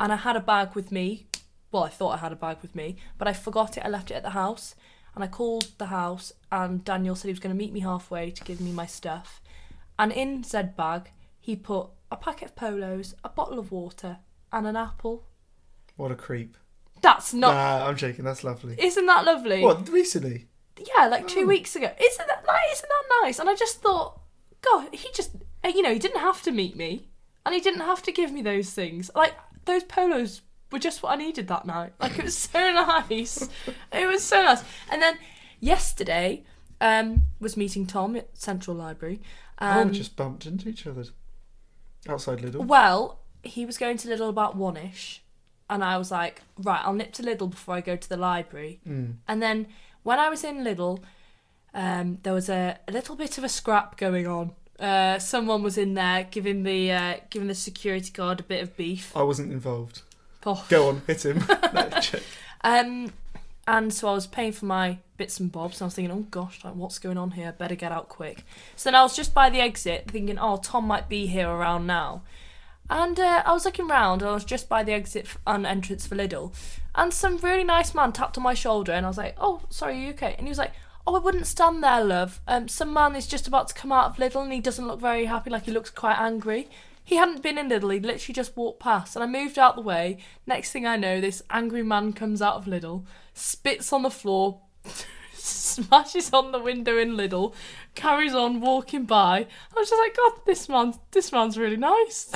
[SPEAKER 2] and I had a bag with me. Well, I thought I had a bag with me, but I forgot it. I left it at the house, and I called the house, and Daniel said he was going to meet me halfway to give me my stuff. And in said bag, he put a packet of polos, a bottle of water, and an apple.
[SPEAKER 1] What a creep!
[SPEAKER 2] That's not.
[SPEAKER 1] Nah, I'm joking. That's lovely.
[SPEAKER 2] Isn't that lovely?
[SPEAKER 1] What recently?
[SPEAKER 2] Yeah, like two weeks ago. Isn't that nice? Isn't that nice? And I just thought, God, he just, eh, you know, he didn't have to meet me, and he didn't have to give me those things. Like those polos were just what I needed that night. Like it was so nice. It was so nice. And then yesterday um, was meeting Tom at Central Library.
[SPEAKER 1] oh,
[SPEAKER 2] Um,
[SPEAKER 1] we just bumped into each other outside Lidl.
[SPEAKER 2] well, he was going to Lidl about one ish, and I was like, right, I'll nip to Lidl before I go to the library. And then when I was in Lidl, um, there was a, a little bit of a scrap going on. Uh, someone was in there giving the uh, giving the security guard a bit of beef.
[SPEAKER 1] I wasn't involved.
[SPEAKER 2] Oh.
[SPEAKER 1] Go on, hit him. No, joke.
[SPEAKER 2] Um, and so I was paying for my bits and bobs, and I was thinking, oh gosh, like what's going on here? Better get out quick. So then I was just by the exit, thinking, oh, Tom might be here around now. And uh, I was looking round, and I was just by the exit f- and entrance for Lidl, and some really nice man tapped on my shoulder, and I was like, oh, sorry, are you okay? And he was like. Oh, I wouldn't stand there, love. Um, some man is just about to come out of Lidl and he doesn't look very happy, like he looks quite angry. He hadn't been in Lidl, he literally just walked past, and I moved out the way. Next thing I know, this angry man comes out of Lidl, spits on the floor, smashes on the window in Lidl, carries on walking by. I was just like, God, this man's this man's really nice.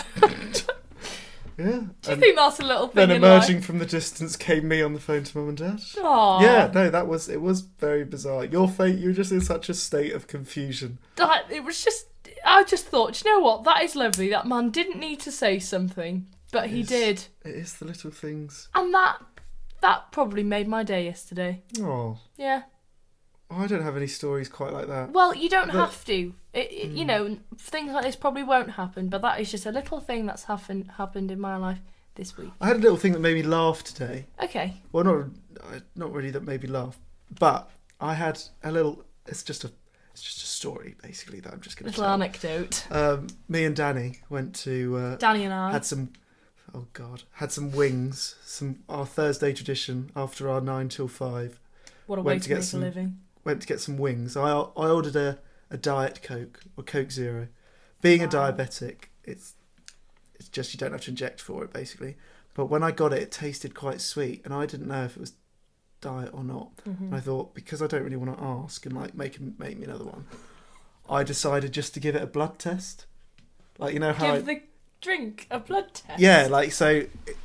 [SPEAKER 1] Yeah.
[SPEAKER 2] Do you
[SPEAKER 1] and
[SPEAKER 2] think that's a little thing?
[SPEAKER 1] then emerging from the distance came me on the phone to mum and dad.
[SPEAKER 2] In life? Aw.
[SPEAKER 1] Yeah, no, that was it was very bizarre. Your fate, you were just in such a state of confusion.
[SPEAKER 2] That- it was just I just thought, "Do you know what? That is lovely. That man didn't need to say something, but he
[SPEAKER 1] Yes.
[SPEAKER 2] did,
[SPEAKER 1] It is the little things.
[SPEAKER 2] and that that probably made my day yesterday.
[SPEAKER 1] Oh,
[SPEAKER 2] Yeah.
[SPEAKER 1] I don't have any stories quite like that.
[SPEAKER 2] Well, you don't
[SPEAKER 1] But- Mm.
[SPEAKER 2] have to. It, it- You know, things like this probably won't happen, but that is just a little thing that's happened happened in my life this week.
[SPEAKER 1] I had a little thing that made me laugh today.
[SPEAKER 2] Okay.
[SPEAKER 1] Well, not uh, not really that made me laugh, but I had a little. It's just a it's just a story basically that I'm just going to
[SPEAKER 2] Little
[SPEAKER 1] tell.
[SPEAKER 2] anecdote.
[SPEAKER 1] Um, me and Danny went to uh,
[SPEAKER 2] Danny and I.
[SPEAKER 1] had some oh god had some wings some our thursday tradition after our 9 till 5
[SPEAKER 2] what a
[SPEAKER 1] went
[SPEAKER 2] way
[SPEAKER 1] to
[SPEAKER 2] to
[SPEAKER 1] get
[SPEAKER 2] make
[SPEAKER 1] some-
[SPEAKER 2] a living.
[SPEAKER 1] went to get some wings i i ordered a, a diet coke or coke zero being a
[SPEAKER 2] Wow.
[SPEAKER 1] diabetic it's it's just you don't have to inject for it basically but when i got it it tasted quite sweet and i didn't know if it was diet or not
[SPEAKER 2] Mm-hmm.
[SPEAKER 1] and i
[SPEAKER 2] Mm.
[SPEAKER 1] thought because i don't really want to ask and like make him make me another one i decided just to give it a blood test like you know how I-
[SPEAKER 2] Give the drink a blood test.
[SPEAKER 1] Yeah, like so. it-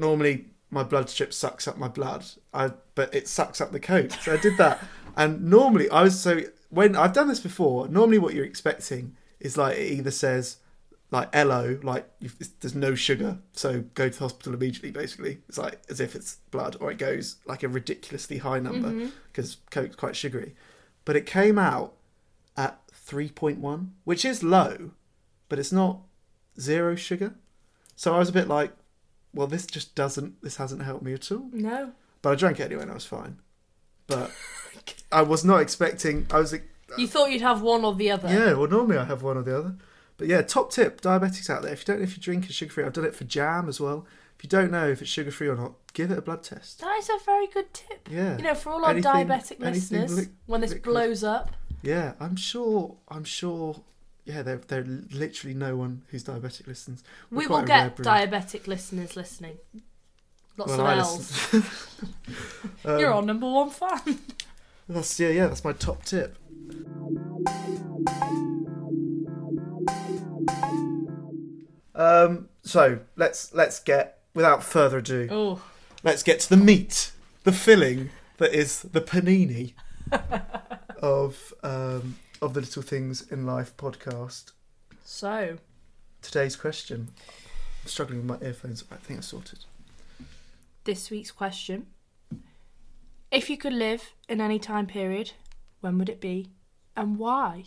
[SPEAKER 1] Normally, my blood strip sucks up my blood, I, but it sucks up the coke. So I did that, and normally I was so when I've done this before. Normally, what you're expecting is like it either says like "lo," like you've, it's- there's no sugar, so go to the hospital immediately. Basically, it's like as if it's blood, or it goes like a ridiculously high
[SPEAKER 2] Mm-hmm.
[SPEAKER 1] number because coke's quite sugary. But it came out at 3.1, which is low, but it's not zero sugar. So I was a bit like, well, this just doesn't, this hasn't helped me at all.
[SPEAKER 2] No.
[SPEAKER 1] But I drank it anyway and I was fine. But I was not expecting, I was like,
[SPEAKER 2] You thought you'd have one or the other.
[SPEAKER 1] yeah, well, normally I have one or the other. But yeah, top tip, diabetics out there, if you don't know if your drink is sugar free, I've done it for jam as well. If you don't know if it's sugar free or not, give it a blood test.
[SPEAKER 2] That is a very good tip.
[SPEAKER 1] Yeah.
[SPEAKER 2] You know, for all our
[SPEAKER 1] Anything-
[SPEAKER 2] diabetic
[SPEAKER 1] anything
[SPEAKER 2] listeners,
[SPEAKER 1] liq-
[SPEAKER 2] when this
[SPEAKER 1] liquid.
[SPEAKER 2] blows up,
[SPEAKER 1] Yeah, I'm sure. I'm sure. Yeah, there, there literally no one who's diabetic listens. We're
[SPEAKER 2] we
[SPEAKER 1] quite
[SPEAKER 2] will
[SPEAKER 1] a rare
[SPEAKER 2] get
[SPEAKER 1] breed.
[SPEAKER 2] diabetic listeners listening. Lots
[SPEAKER 1] Well,
[SPEAKER 2] of
[SPEAKER 1] I
[SPEAKER 2] L's.
[SPEAKER 1] listen. Um,
[SPEAKER 2] You're our number one fan.
[SPEAKER 1] That's yeah, yeah. That's my top tip. Um. So let's let's get without further ado.
[SPEAKER 2] Oh,
[SPEAKER 1] Let's get to the meat, the filling that is the panini of um of the little things in life podcast.
[SPEAKER 2] so
[SPEAKER 1] Today's question. I'm struggling with my earphones. I think I sorted.
[SPEAKER 2] this week's question: If you could live in any time period, when would it be, and why?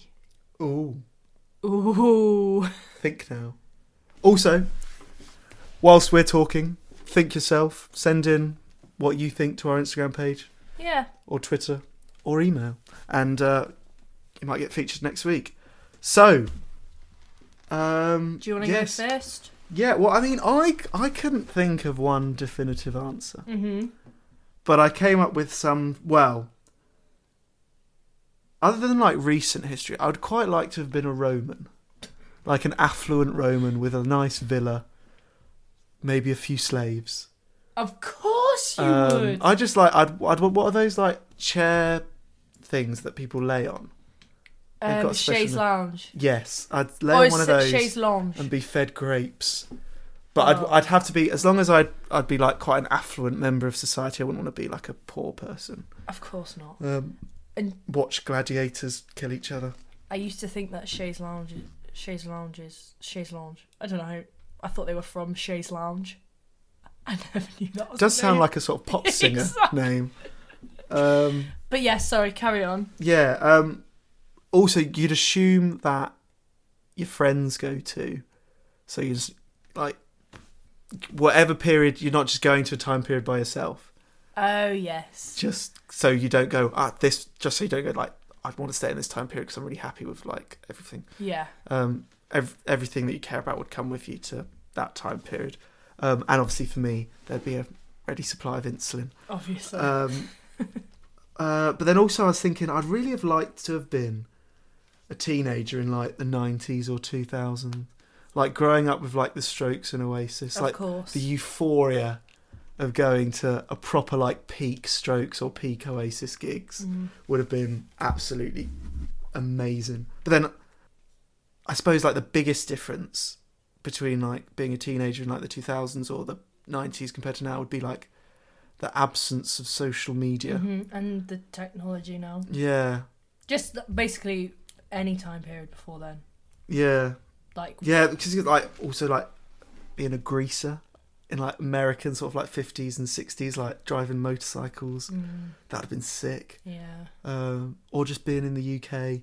[SPEAKER 1] Ooh,
[SPEAKER 2] Ooh.
[SPEAKER 1] think now. Also, whilst we're talking, think yourself. Send in what you think to our Instagram page
[SPEAKER 2] Yeah.
[SPEAKER 1] or Twitter or email, and uh, you might get featured next week. So, um,
[SPEAKER 2] Do you want to
[SPEAKER 1] yes.
[SPEAKER 2] go first?
[SPEAKER 1] Yeah. Well, I mean, I I couldn't think of one definitive answer.
[SPEAKER 2] Mm-hmm.
[SPEAKER 1] but I came up with some. Well, other than like recent history, I would quite like to have been a Roman, like an affluent Roman with a nice villa, maybe a few slaves.
[SPEAKER 2] Of course you
[SPEAKER 1] Um,
[SPEAKER 2] would.
[SPEAKER 1] I just like I'd, I'd what are those like chair things that people lay on?
[SPEAKER 2] Um,
[SPEAKER 1] got a special
[SPEAKER 2] Chaise
[SPEAKER 1] name.
[SPEAKER 2] Lounge.
[SPEAKER 1] Yes, I'd lay
[SPEAKER 2] Or
[SPEAKER 1] on
[SPEAKER 2] is
[SPEAKER 1] one of
[SPEAKER 2] it
[SPEAKER 1] those
[SPEAKER 2] Chaise Lounge?
[SPEAKER 1] and be fed grapes. But
[SPEAKER 2] Oh.
[SPEAKER 1] I'd, I'd have to be as long as I'd I'd be like quite an affluent member of society. I wouldn't want to be like a poor person.
[SPEAKER 2] Of course not.
[SPEAKER 1] Um,
[SPEAKER 2] And-
[SPEAKER 1] watch gladiators kill each other.
[SPEAKER 2] I used to think that Chaise Lounge, Chaise Lounges, Chaise Lounge. I don't know. I thought they were from Chaise Lounge. I never knew that. Was
[SPEAKER 1] Does
[SPEAKER 2] a
[SPEAKER 1] sound
[SPEAKER 2] name.
[SPEAKER 1] like a sort of pop singer
[SPEAKER 2] Exactly.
[SPEAKER 1] name. Um,
[SPEAKER 2] But yes, sorry. Carry on.
[SPEAKER 1] yeah. Um, also, you'd assume that your friends go to, so you just like whatever period you're not just going to a time period by yourself.
[SPEAKER 2] Oh yes.
[SPEAKER 1] Just so you don't go ah this. Just so you don't go like I'd want to stay in this time period because I'm really happy with like everything.
[SPEAKER 2] Yeah.
[SPEAKER 1] um, ev- everything that you care about would come with you to that time period. Um, and obviously, for me, there'd be a ready supply of insulin.
[SPEAKER 2] Obviously.
[SPEAKER 1] Um, uh, but then also, I was thinking I'd really have liked to have been a teenager in like the 90s or 2000s, like growing up with like the Strokes and Oasis,
[SPEAKER 2] of
[SPEAKER 1] like
[SPEAKER 2] course.
[SPEAKER 1] the euphoria of going to a proper like peak Strokes or peak Oasis gigs
[SPEAKER 2] Mm.
[SPEAKER 1] would have been absolutely amazing. But then I suppose like the biggest difference between like being a teenager in like the 2000s or the 90s compared to now would be like the absence of social media.
[SPEAKER 2] Mhm, And the technology now.
[SPEAKER 1] Yeah.
[SPEAKER 2] Just basically any time period before then.
[SPEAKER 1] Yeah.
[SPEAKER 2] Like,
[SPEAKER 1] Yeah, because you like also like being a greaser in like American sort of like fifties and sixties, like driving motorcycles.
[SPEAKER 2] mm,
[SPEAKER 1] That'd have been sick.
[SPEAKER 2] yeah,
[SPEAKER 1] Um, or just being in the UK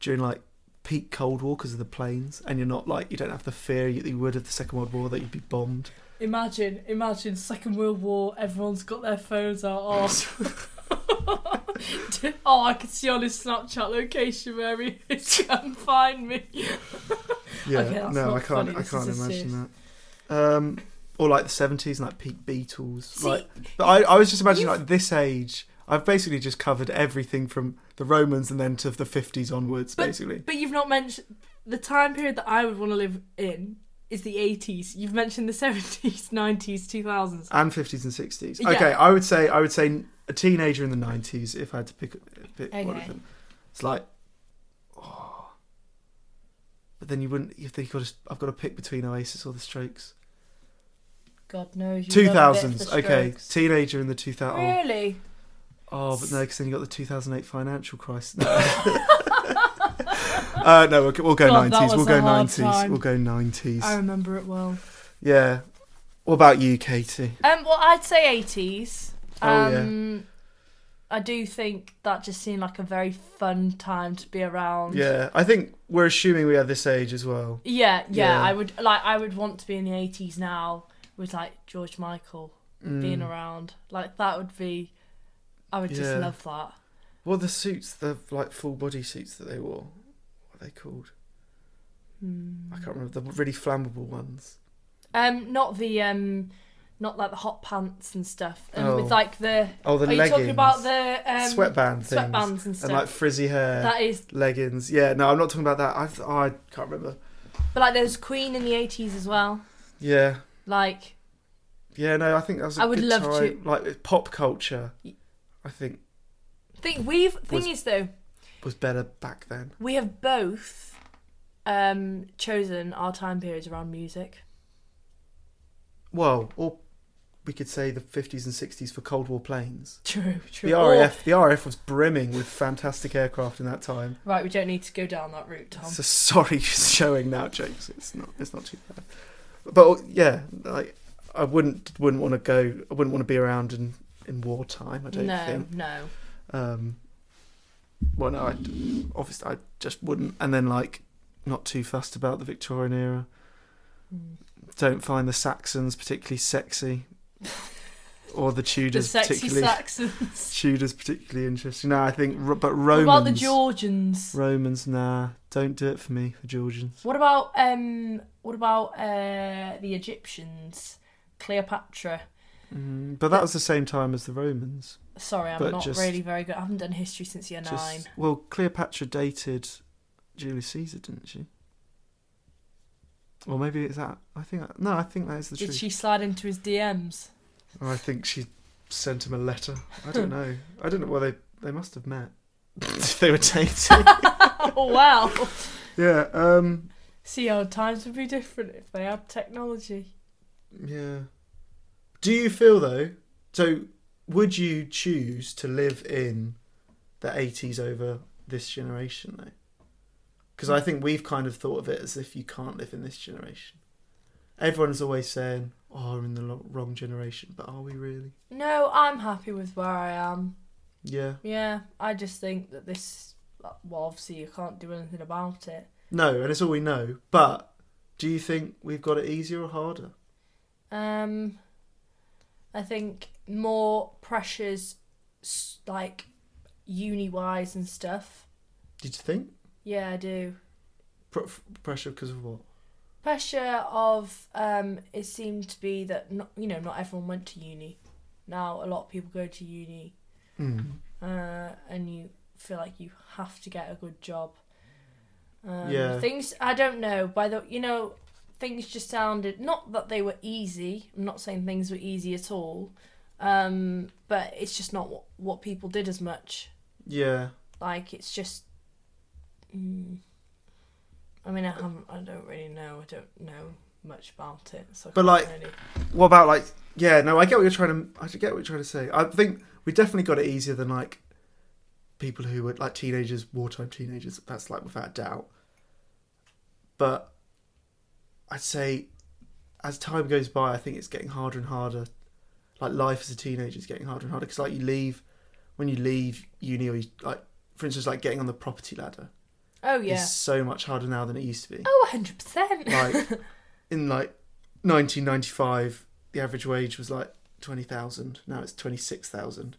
[SPEAKER 1] during like peak Cold War because of the planes, and you're not like you don't have the fear that you would of the Second World War that you'd be bombed.
[SPEAKER 2] Imagine, imagine Second World War. Everyone's got their phones out. Oh, oh I can see on his Snapchat location where he is. Come find me.
[SPEAKER 1] Yeah,
[SPEAKER 2] Okay, that's
[SPEAKER 1] no,
[SPEAKER 2] not
[SPEAKER 1] I can't.
[SPEAKER 2] funny,
[SPEAKER 1] I
[SPEAKER 2] this
[SPEAKER 1] can't
[SPEAKER 2] is a
[SPEAKER 1] imagine that. Um, or like the seventies, like peak Beatles.
[SPEAKER 2] See,
[SPEAKER 1] like, but I, I was just imagining
[SPEAKER 2] you've-
[SPEAKER 1] like this age. I've basically just covered everything from the Romans and then to the fifties onwards,
[SPEAKER 2] But-
[SPEAKER 1] basically.
[SPEAKER 2] But you've not mentioned the time period that I would want to live in is the 80s. You've mentioned the 70s, 90s, 2000s.
[SPEAKER 1] And fifties and sixties.
[SPEAKER 2] Yeah.
[SPEAKER 1] Okay, I would say I would say a teenager in the nineties if I had to pick pick one of
[SPEAKER 2] Okay.
[SPEAKER 1] them. It's like, oh, but then you wouldn't. You think you've got to, I've got to pick between Oasis or the Strokes.
[SPEAKER 2] God knows.
[SPEAKER 1] Two thousands. Okay, teenager in the two thousand.
[SPEAKER 2] Really?
[SPEAKER 1] Oh, but no, because then you got the 2008 financial crisis. No, uh, no we'll, go- we'll go
[SPEAKER 2] God, that
[SPEAKER 1] 90s. We'll
[SPEAKER 2] was
[SPEAKER 1] go
[SPEAKER 2] a hard
[SPEAKER 1] 90s.
[SPEAKER 2] time. Oh.
[SPEAKER 1] We'll go 90s.
[SPEAKER 2] I remember it well.
[SPEAKER 1] yeah. What about you, Katie?
[SPEAKER 2] Um, well, I'd say 80s.
[SPEAKER 1] Oh, yeah.
[SPEAKER 2] um, I do think that just seemed like a very fun time to be around.
[SPEAKER 1] Yeah, I think we're assuming we are this age as well.
[SPEAKER 2] Yeah, yeah,
[SPEAKER 1] Yeah.
[SPEAKER 2] I would like I would want to be in the 80s now with like George Michael
[SPEAKER 1] Hmm. Mm.
[SPEAKER 2] being around. Like that would be I would just
[SPEAKER 1] Yeah.
[SPEAKER 2] love that.
[SPEAKER 1] What are the suits, the like full body suits that they wore? What are they called? I can't remember. The really flammable ones.
[SPEAKER 2] Hmm. Um, not the um, not like the hot pants and stuff. Um,
[SPEAKER 1] Oh.
[SPEAKER 2] With like the
[SPEAKER 1] Oh, the
[SPEAKER 2] are
[SPEAKER 1] leggings.
[SPEAKER 2] you talking about the um,
[SPEAKER 1] sweatband things.
[SPEAKER 2] sweatbands and
[SPEAKER 1] And
[SPEAKER 2] stuff?
[SPEAKER 1] like frizzy hair,
[SPEAKER 2] that is,
[SPEAKER 1] leggings. Yeah, no, I'm not talking about that. I, th- I can't remember.
[SPEAKER 2] but like there's Queen in the eighties as well.
[SPEAKER 1] Yeah.
[SPEAKER 2] Like
[SPEAKER 1] Yeah, no, I think that was. a
[SPEAKER 2] I would
[SPEAKER 1] good
[SPEAKER 2] love
[SPEAKER 1] time. to like pop culture.
[SPEAKER 2] Y-
[SPEAKER 1] I think
[SPEAKER 2] think we've thing
[SPEAKER 1] Was-
[SPEAKER 2] is though
[SPEAKER 1] was better back then.
[SPEAKER 2] we have both um chosen our time periods around music.
[SPEAKER 1] Well, or we could say the fifties and sixties for Cold War planes.
[SPEAKER 2] True, true.
[SPEAKER 1] The RAF, the RAF was brimming with fantastic aircraft in that time.
[SPEAKER 2] Or- right, we don't need to go down that route, Tom.
[SPEAKER 1] It's a sorry showing now, James. It's not. It's not too bad. But oh, yeah, like I wouldn't wouldn't want to go. I wouldn't want to be around in in wartime. I don't
[SPEAKER 2] no,
[SPEAKER 1] think.
[SPEAKER 2] no.
[SPEAKER 1] Um, well, no, I obviously I just wouldn't. And then like, not too fussed about the Victorian era.
[SPEAKER 2] Mm.
[SPEAKER 1] Don't find the Saxons particularly sexy, or the
[SPEAKER 2] The
[SPEAKER 1] Tudors
[SPEAKER 2] sexy
[SPEAKER 1] particularly.
[SPEAKER 2] Saxons.
[SPEAKER 1] Tudors particularly interesting. No, I think, Ro- but
[SPEAKER 2] what
[SPEAKER 1] Romans.
[SPEAKER 2] about the Georgians?
[SPEAKER 1] Romans, nah, don't do it for me. The Georgians.
[SPEAKER 2] What about um? What about uh the Egyptians? Cleopatra.
[SPEAKER 1] Mm, but that was the same time as the Romans.
[SPEAKER 2] Sorry, I'm
[SPEAKER 1] But
[SPEAKER 2] not
[SPEAKER 1] just-
[SPEAKER 2] really very good. I haven't done history since year nine.
[SPEAKER 1] Just, well, Cleopatra dated Julius Caesar, didn't she? Or maybe it's that. I think no. I think that is the
[SPEAKER 2] Did
[SPEAKER 1] truth.
[SPEAKER 2] she slide into his DMs?
[SPEAKER 1] Or I think she sent him a letter. I don't know. I don't know. Well, they they must have met. if they were dating.
[SPEAKER 2] Oh wow!
[SPEAKER 1] yeah. Um.
[SPEAKER 2] See how times would be different if they had technology.
[SPEAKER 1] Yeah. Do you feel though? So, would you choose to live in the eighties over this generation though? Because I think we've kind of thought of it as if you can't live in this generation. Everyone's always saying, "Oh, we're in the lo- wrong generation," but are we really?
[SPEAKER 2] No, I'm happy with where I am.
[SPEAKER 1] Yeah.
[SPEAKER 2] Yeah, I just think that this. Well, obviously you can't do anything about it.
[SPEAKER 1] No, and it's all we know. But do you think we've got it easier or harder?
[SPEAKER 2] Um, I think more pressures, s- like uni wise and stuff.
[SPEAKER 1] Did you think
[SPEAKER 2] Yeah, I do.
[SPEAKER 1] Pr- f- pressure because of what?
[SPEAKER 2] pressure of um it seemed to be that not, you know not everyone went to uni now a lot of people go to uni uh and you feel like you have to get a good job um,
[SPEAKER 1] Yeah.
[SPEAKER 2] things i don't know by the you know things just sounded not that they were easy i'm not saying things were easy at all um but it's just not what, what people did as much
[SPEAKER 1] Yeah,
[SPEAKER 2] like it's just mm, i mean i haven't i don't really know i don't know much about it so I
[SPEAKER 1] But,
[SPEAKER 2] can't
[SPEAKER 1] like,
[SPEAKER 2] really-
[SPEAKER 1] what about like yeah no i get what you're trying to i get what you're trying to say i think we definitely got it easier than like people who were like teenagers wartime teenagers that's like without doubt But I'd say as time goes by, I think it's getting harder and harder. Like life as a teenager is getting harder and harder because like you leave when you leave uni or you, like for instance like getting on the property ladder
[SPEAKER 2] Oh yeah.
[SPEAKER 1] is so much harder now than it used to be.
[SPEAKER 2] Oh, 100 percent.
[SPEAKER 1] Like in like 1995, the average wage was like 20,000. Now it's 26,000.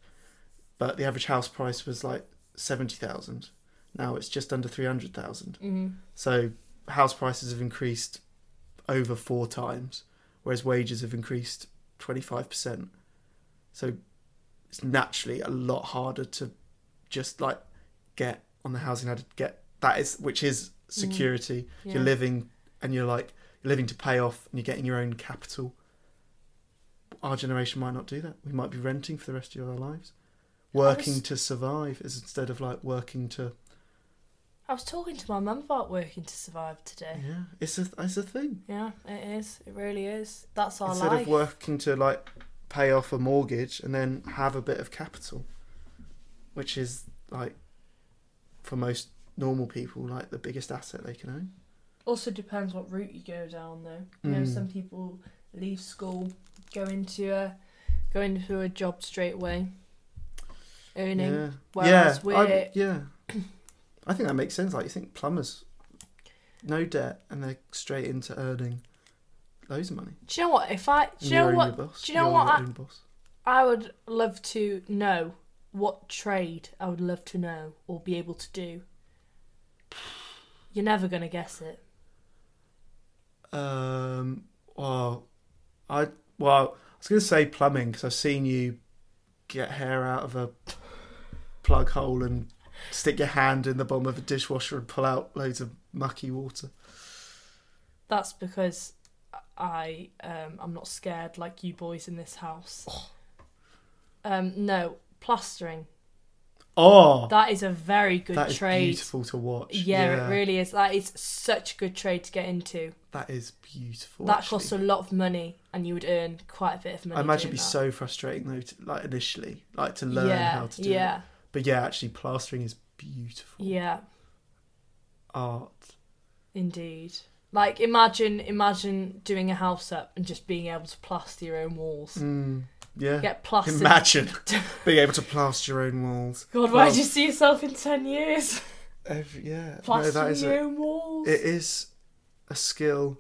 [SPEAKER 1] But the average house price was like 70,000. Now it's just under 300,000.
[SPEAKER 2] Mm.
[SPEAKER 1] So house prices have increased over four times, whereas wages have increased 25%. So it's naturally a lot harder to just like get on the housing ladder, get that is, which is security.
[SPEAKER 2] Mm. Yeah.
[SPEAKER 1] You're living and you're like, you're living to pay off and you're getting your own capital. Our generation might not do that. We might be renting for the rest of our lives. Working
[SPEAKER 2] was-
[SPEAKER 1] to survive is instead of like working to
[SPEAKER 2] I was talking to my mum about working to survive today.
[SPEAKER 1] yeah. It's a it's a thing.
[SPEAKER 2] Yeah, it is. It really is. That's our
[SPEAKER 1] instead
[SPEAKER 2] life.
[SPEAKER 1] of working to like pay off a mortgage and then have a bit of capital, which is like for most normal people like the biggest asset they can own.
[SPEAKER 2] Also depends what route you go down, though. You know,
[SPEAKER 1] Mm.
[SPEAKER 2] some people leave school, go into a go into a job straight away, earning.
[SPEAKER 1] Yeah,
[SPEAKER 2] whereas
[SPEAKER 1] yeah, I,
[SPEAKER 2] we're-
[SPEAKER 1] yeah. I think that makes sense. Like you think plumbers, no debt, and they're straight into earning loads of money.
[SPEAKER 2] Do you know what? If I do
[SPEAKER 1] And
[SPEAKER 2] you know
[SPEAKER 1] you're
[SPEAKER 2] what
[SPEAKER 1] Your boss.
[SPEAKER 2] do you know
[SPEAKER 1] You're
[SPEAKER 2] what
[SPEAKER 1] your
[SPEAKER 2] I-
[SPEAKER 1] own boss.
[SPEAKER 2] I would love to know what trade I would love to know or be able to do. You're never gonna guess it.
[SPEAKER 1] Um. Well, I well, I was going to say plumbing because I've seen you get hair out of a plug hole and stick your hand in the bottom of a dishwasher and pull out loads of mucky water.
[SPEAKER 2] That's because I um I'm not scared like you boys in this house. Um no, plastering.
[SPEAKER 1] Oh,
[SPEAKER 2] That is a very good
[SPEAKER 1] that is
[SPEAKER 2] trade.
[SPEAKER 1] beautiful to watch.
[SPEAKER 2] Yeah, it really is. That is such a good trade to get into.
[SPEAKER 1] That is beautiful.
[SPEAKER 2] that
[SPEAKER 1] actually.
[SPEAKER 2] costs a lot of money and you would earn quite a bit of money.
[SPEAKER 1] I imagine it'd be
[SPEAKER 2] doing that.
[SPEAKER 1] so frustrating though, to, like initially, like to learn
[SPEAKER 2] yeah,
[SPEAKER 1] how to do
[SPEAKER 2] Yeah.
[SPEAKER 1] it. But yeah, actually, plastering is beautiful
[SPEAKER 2] Yeah.
[SPEAKER 1] art.
[SPEAKER 2] Indeed. Like imagine imagine doing a house up and just being able to plaster your own walls.
[SPEAKER 1] Mm, yeah.
[SPEAKER 2] Get plastered.
[SPEAKER 1] Imagine being able to plaster your own walls.
[SPEAKER 2] God, where
[SPEAKER 1] Well-
[SPEAKER 2] do you see yourself in ten years?
[SPEAKER 1] Every, yeah, no,
[SPEAKER 2] Plastering
[SPEAKER 1] that is
[SPEAKER 2] your
[SPEAKER 1] a,
[SPEAKER 2] own walls.
[SPEAKER 1] it is a skill.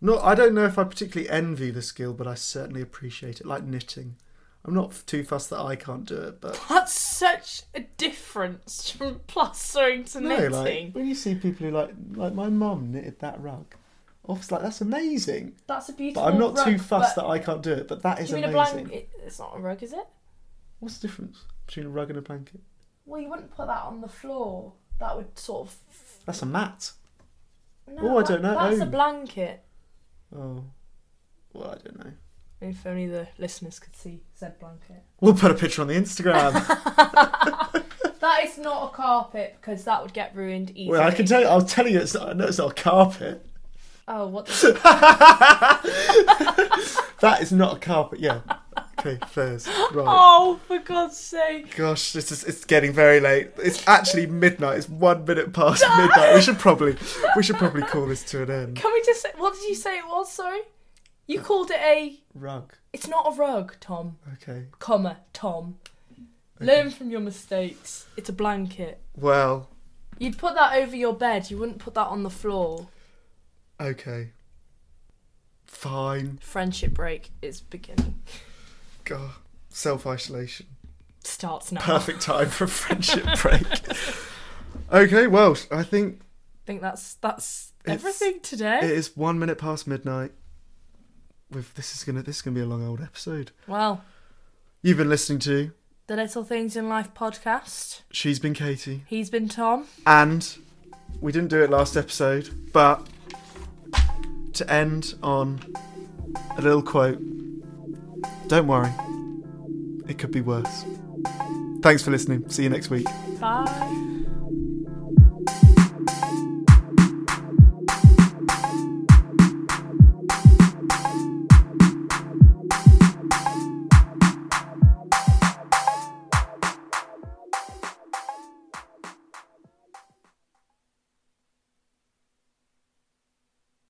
[SPEAKER 1] Not, I don't know if I particularly envy the skill, but I certainly appreciate it. Like knitting, I'm not f- too fussed that I can't do it, but
[SPEAKER 2] That's such a difference from plastering to
[SPEAKER 1] no,
[SPEAKER 2] knitting.
[SPEAKER 1] like when you see people who like, like my mum knitted that rug, I was like, that's amazing.
[SPEAKER 2] That's a
[SPEAKER 1] But
[SPEAKER 2] beautiful.
[SPEAKER 1] I'm not too
[SPEAKER 2] rug,
[SPEAKER 1] fussed
[SPEAKER 2] but-
[SPEAKER 1] that I can't do it. But that is
[SPEAKER 2] Do you mean
[SPEAKER 1] amazing.
[SPEAKER 2] a blanket? it- It's not a rug, is it?
[SPEAKER 1] What's the difference between a rug and a blanket?
[SPEAKER 2] Well, you wouldn't put that on the floor. That would sort of.
[SPEAKER 1] That's a mat.
[SPEAKER 2] No,
[SPEAKER 1] Oh, I
[SPEAKER 2] that-
[SPEAKER 1] don't know.
[SPEAKER 2] That's a
[SPEAKER 1] Oh.
[SPEAKER 2] blanket.
[SPEAKER 1] Oh, well, I don't know.
[SPEAKER 2] If only the listeners could see said blanket.
[SPEAKER 1] We'll put a picture on the Instagram.
[SPEAKER 2] That is not a carpet because that would get ruined easily.
[SPEAKER 1] Well, I can tell you, I'll tell you, it's not, I know it's not a carpet.
[SPEAKER 2] Oh, what? The...
[SPEAKER 1] That is not a carpet, yeah. Okay, fairs. Right.
[SPEAKER 2] oh, for God's sake!
[SPEAKER 1] Gosh, this is, it's getting very late. It's actually midnight. It's one minute past midnight. We should probably, we should probably call this to an end.
[SPEAKER 2] Can we just? Say, what did you say it was? Sorry, you called it a.
[SPEAKER 1] Rug.
[SPEAKER 2] It's not a rug, Tom.
[SPEAKER 1] Okay.
[SPEAKER 2] Comma, Tom. Learn from your mistakes. It's a blanket.
[SPEAKER 1] Well,
[SPEAKER 2] You'd put that over your bed. You wouldn't put that on the floor.
[SPEAKER 1] okay. Fine.
[SPEAKER 2] Friendship break is beginning.
[SPEAKER 1] God. Self isolation.
[SPEAKER 2] Starts now.
[SPEAKER 1] Perfect time for a friendship break. Okay, well, I think
[SPEAKER 2] I think that's that's
[SPEAKER 1] It's-
[SPEAKER 2] everything today.
[SPEAKER 1] It is one minute past midnight. With this is gonna this is gonna be a long old episode.
[SPEAKER 2] Well,
[SPEAKER 1] You've been listening to
[SPEAKER 2] the Little Things in Life podcast.
[SPEAKER 1] She's Been Katie.
[SPEAKER 2] He's been Tom.
[SPEAKER 1] And we didn't do it last episode, but to end on a little quote. Don't worry. It could be worse. Thanks for listening. See you next week.
[SPEAKER 2] Bye.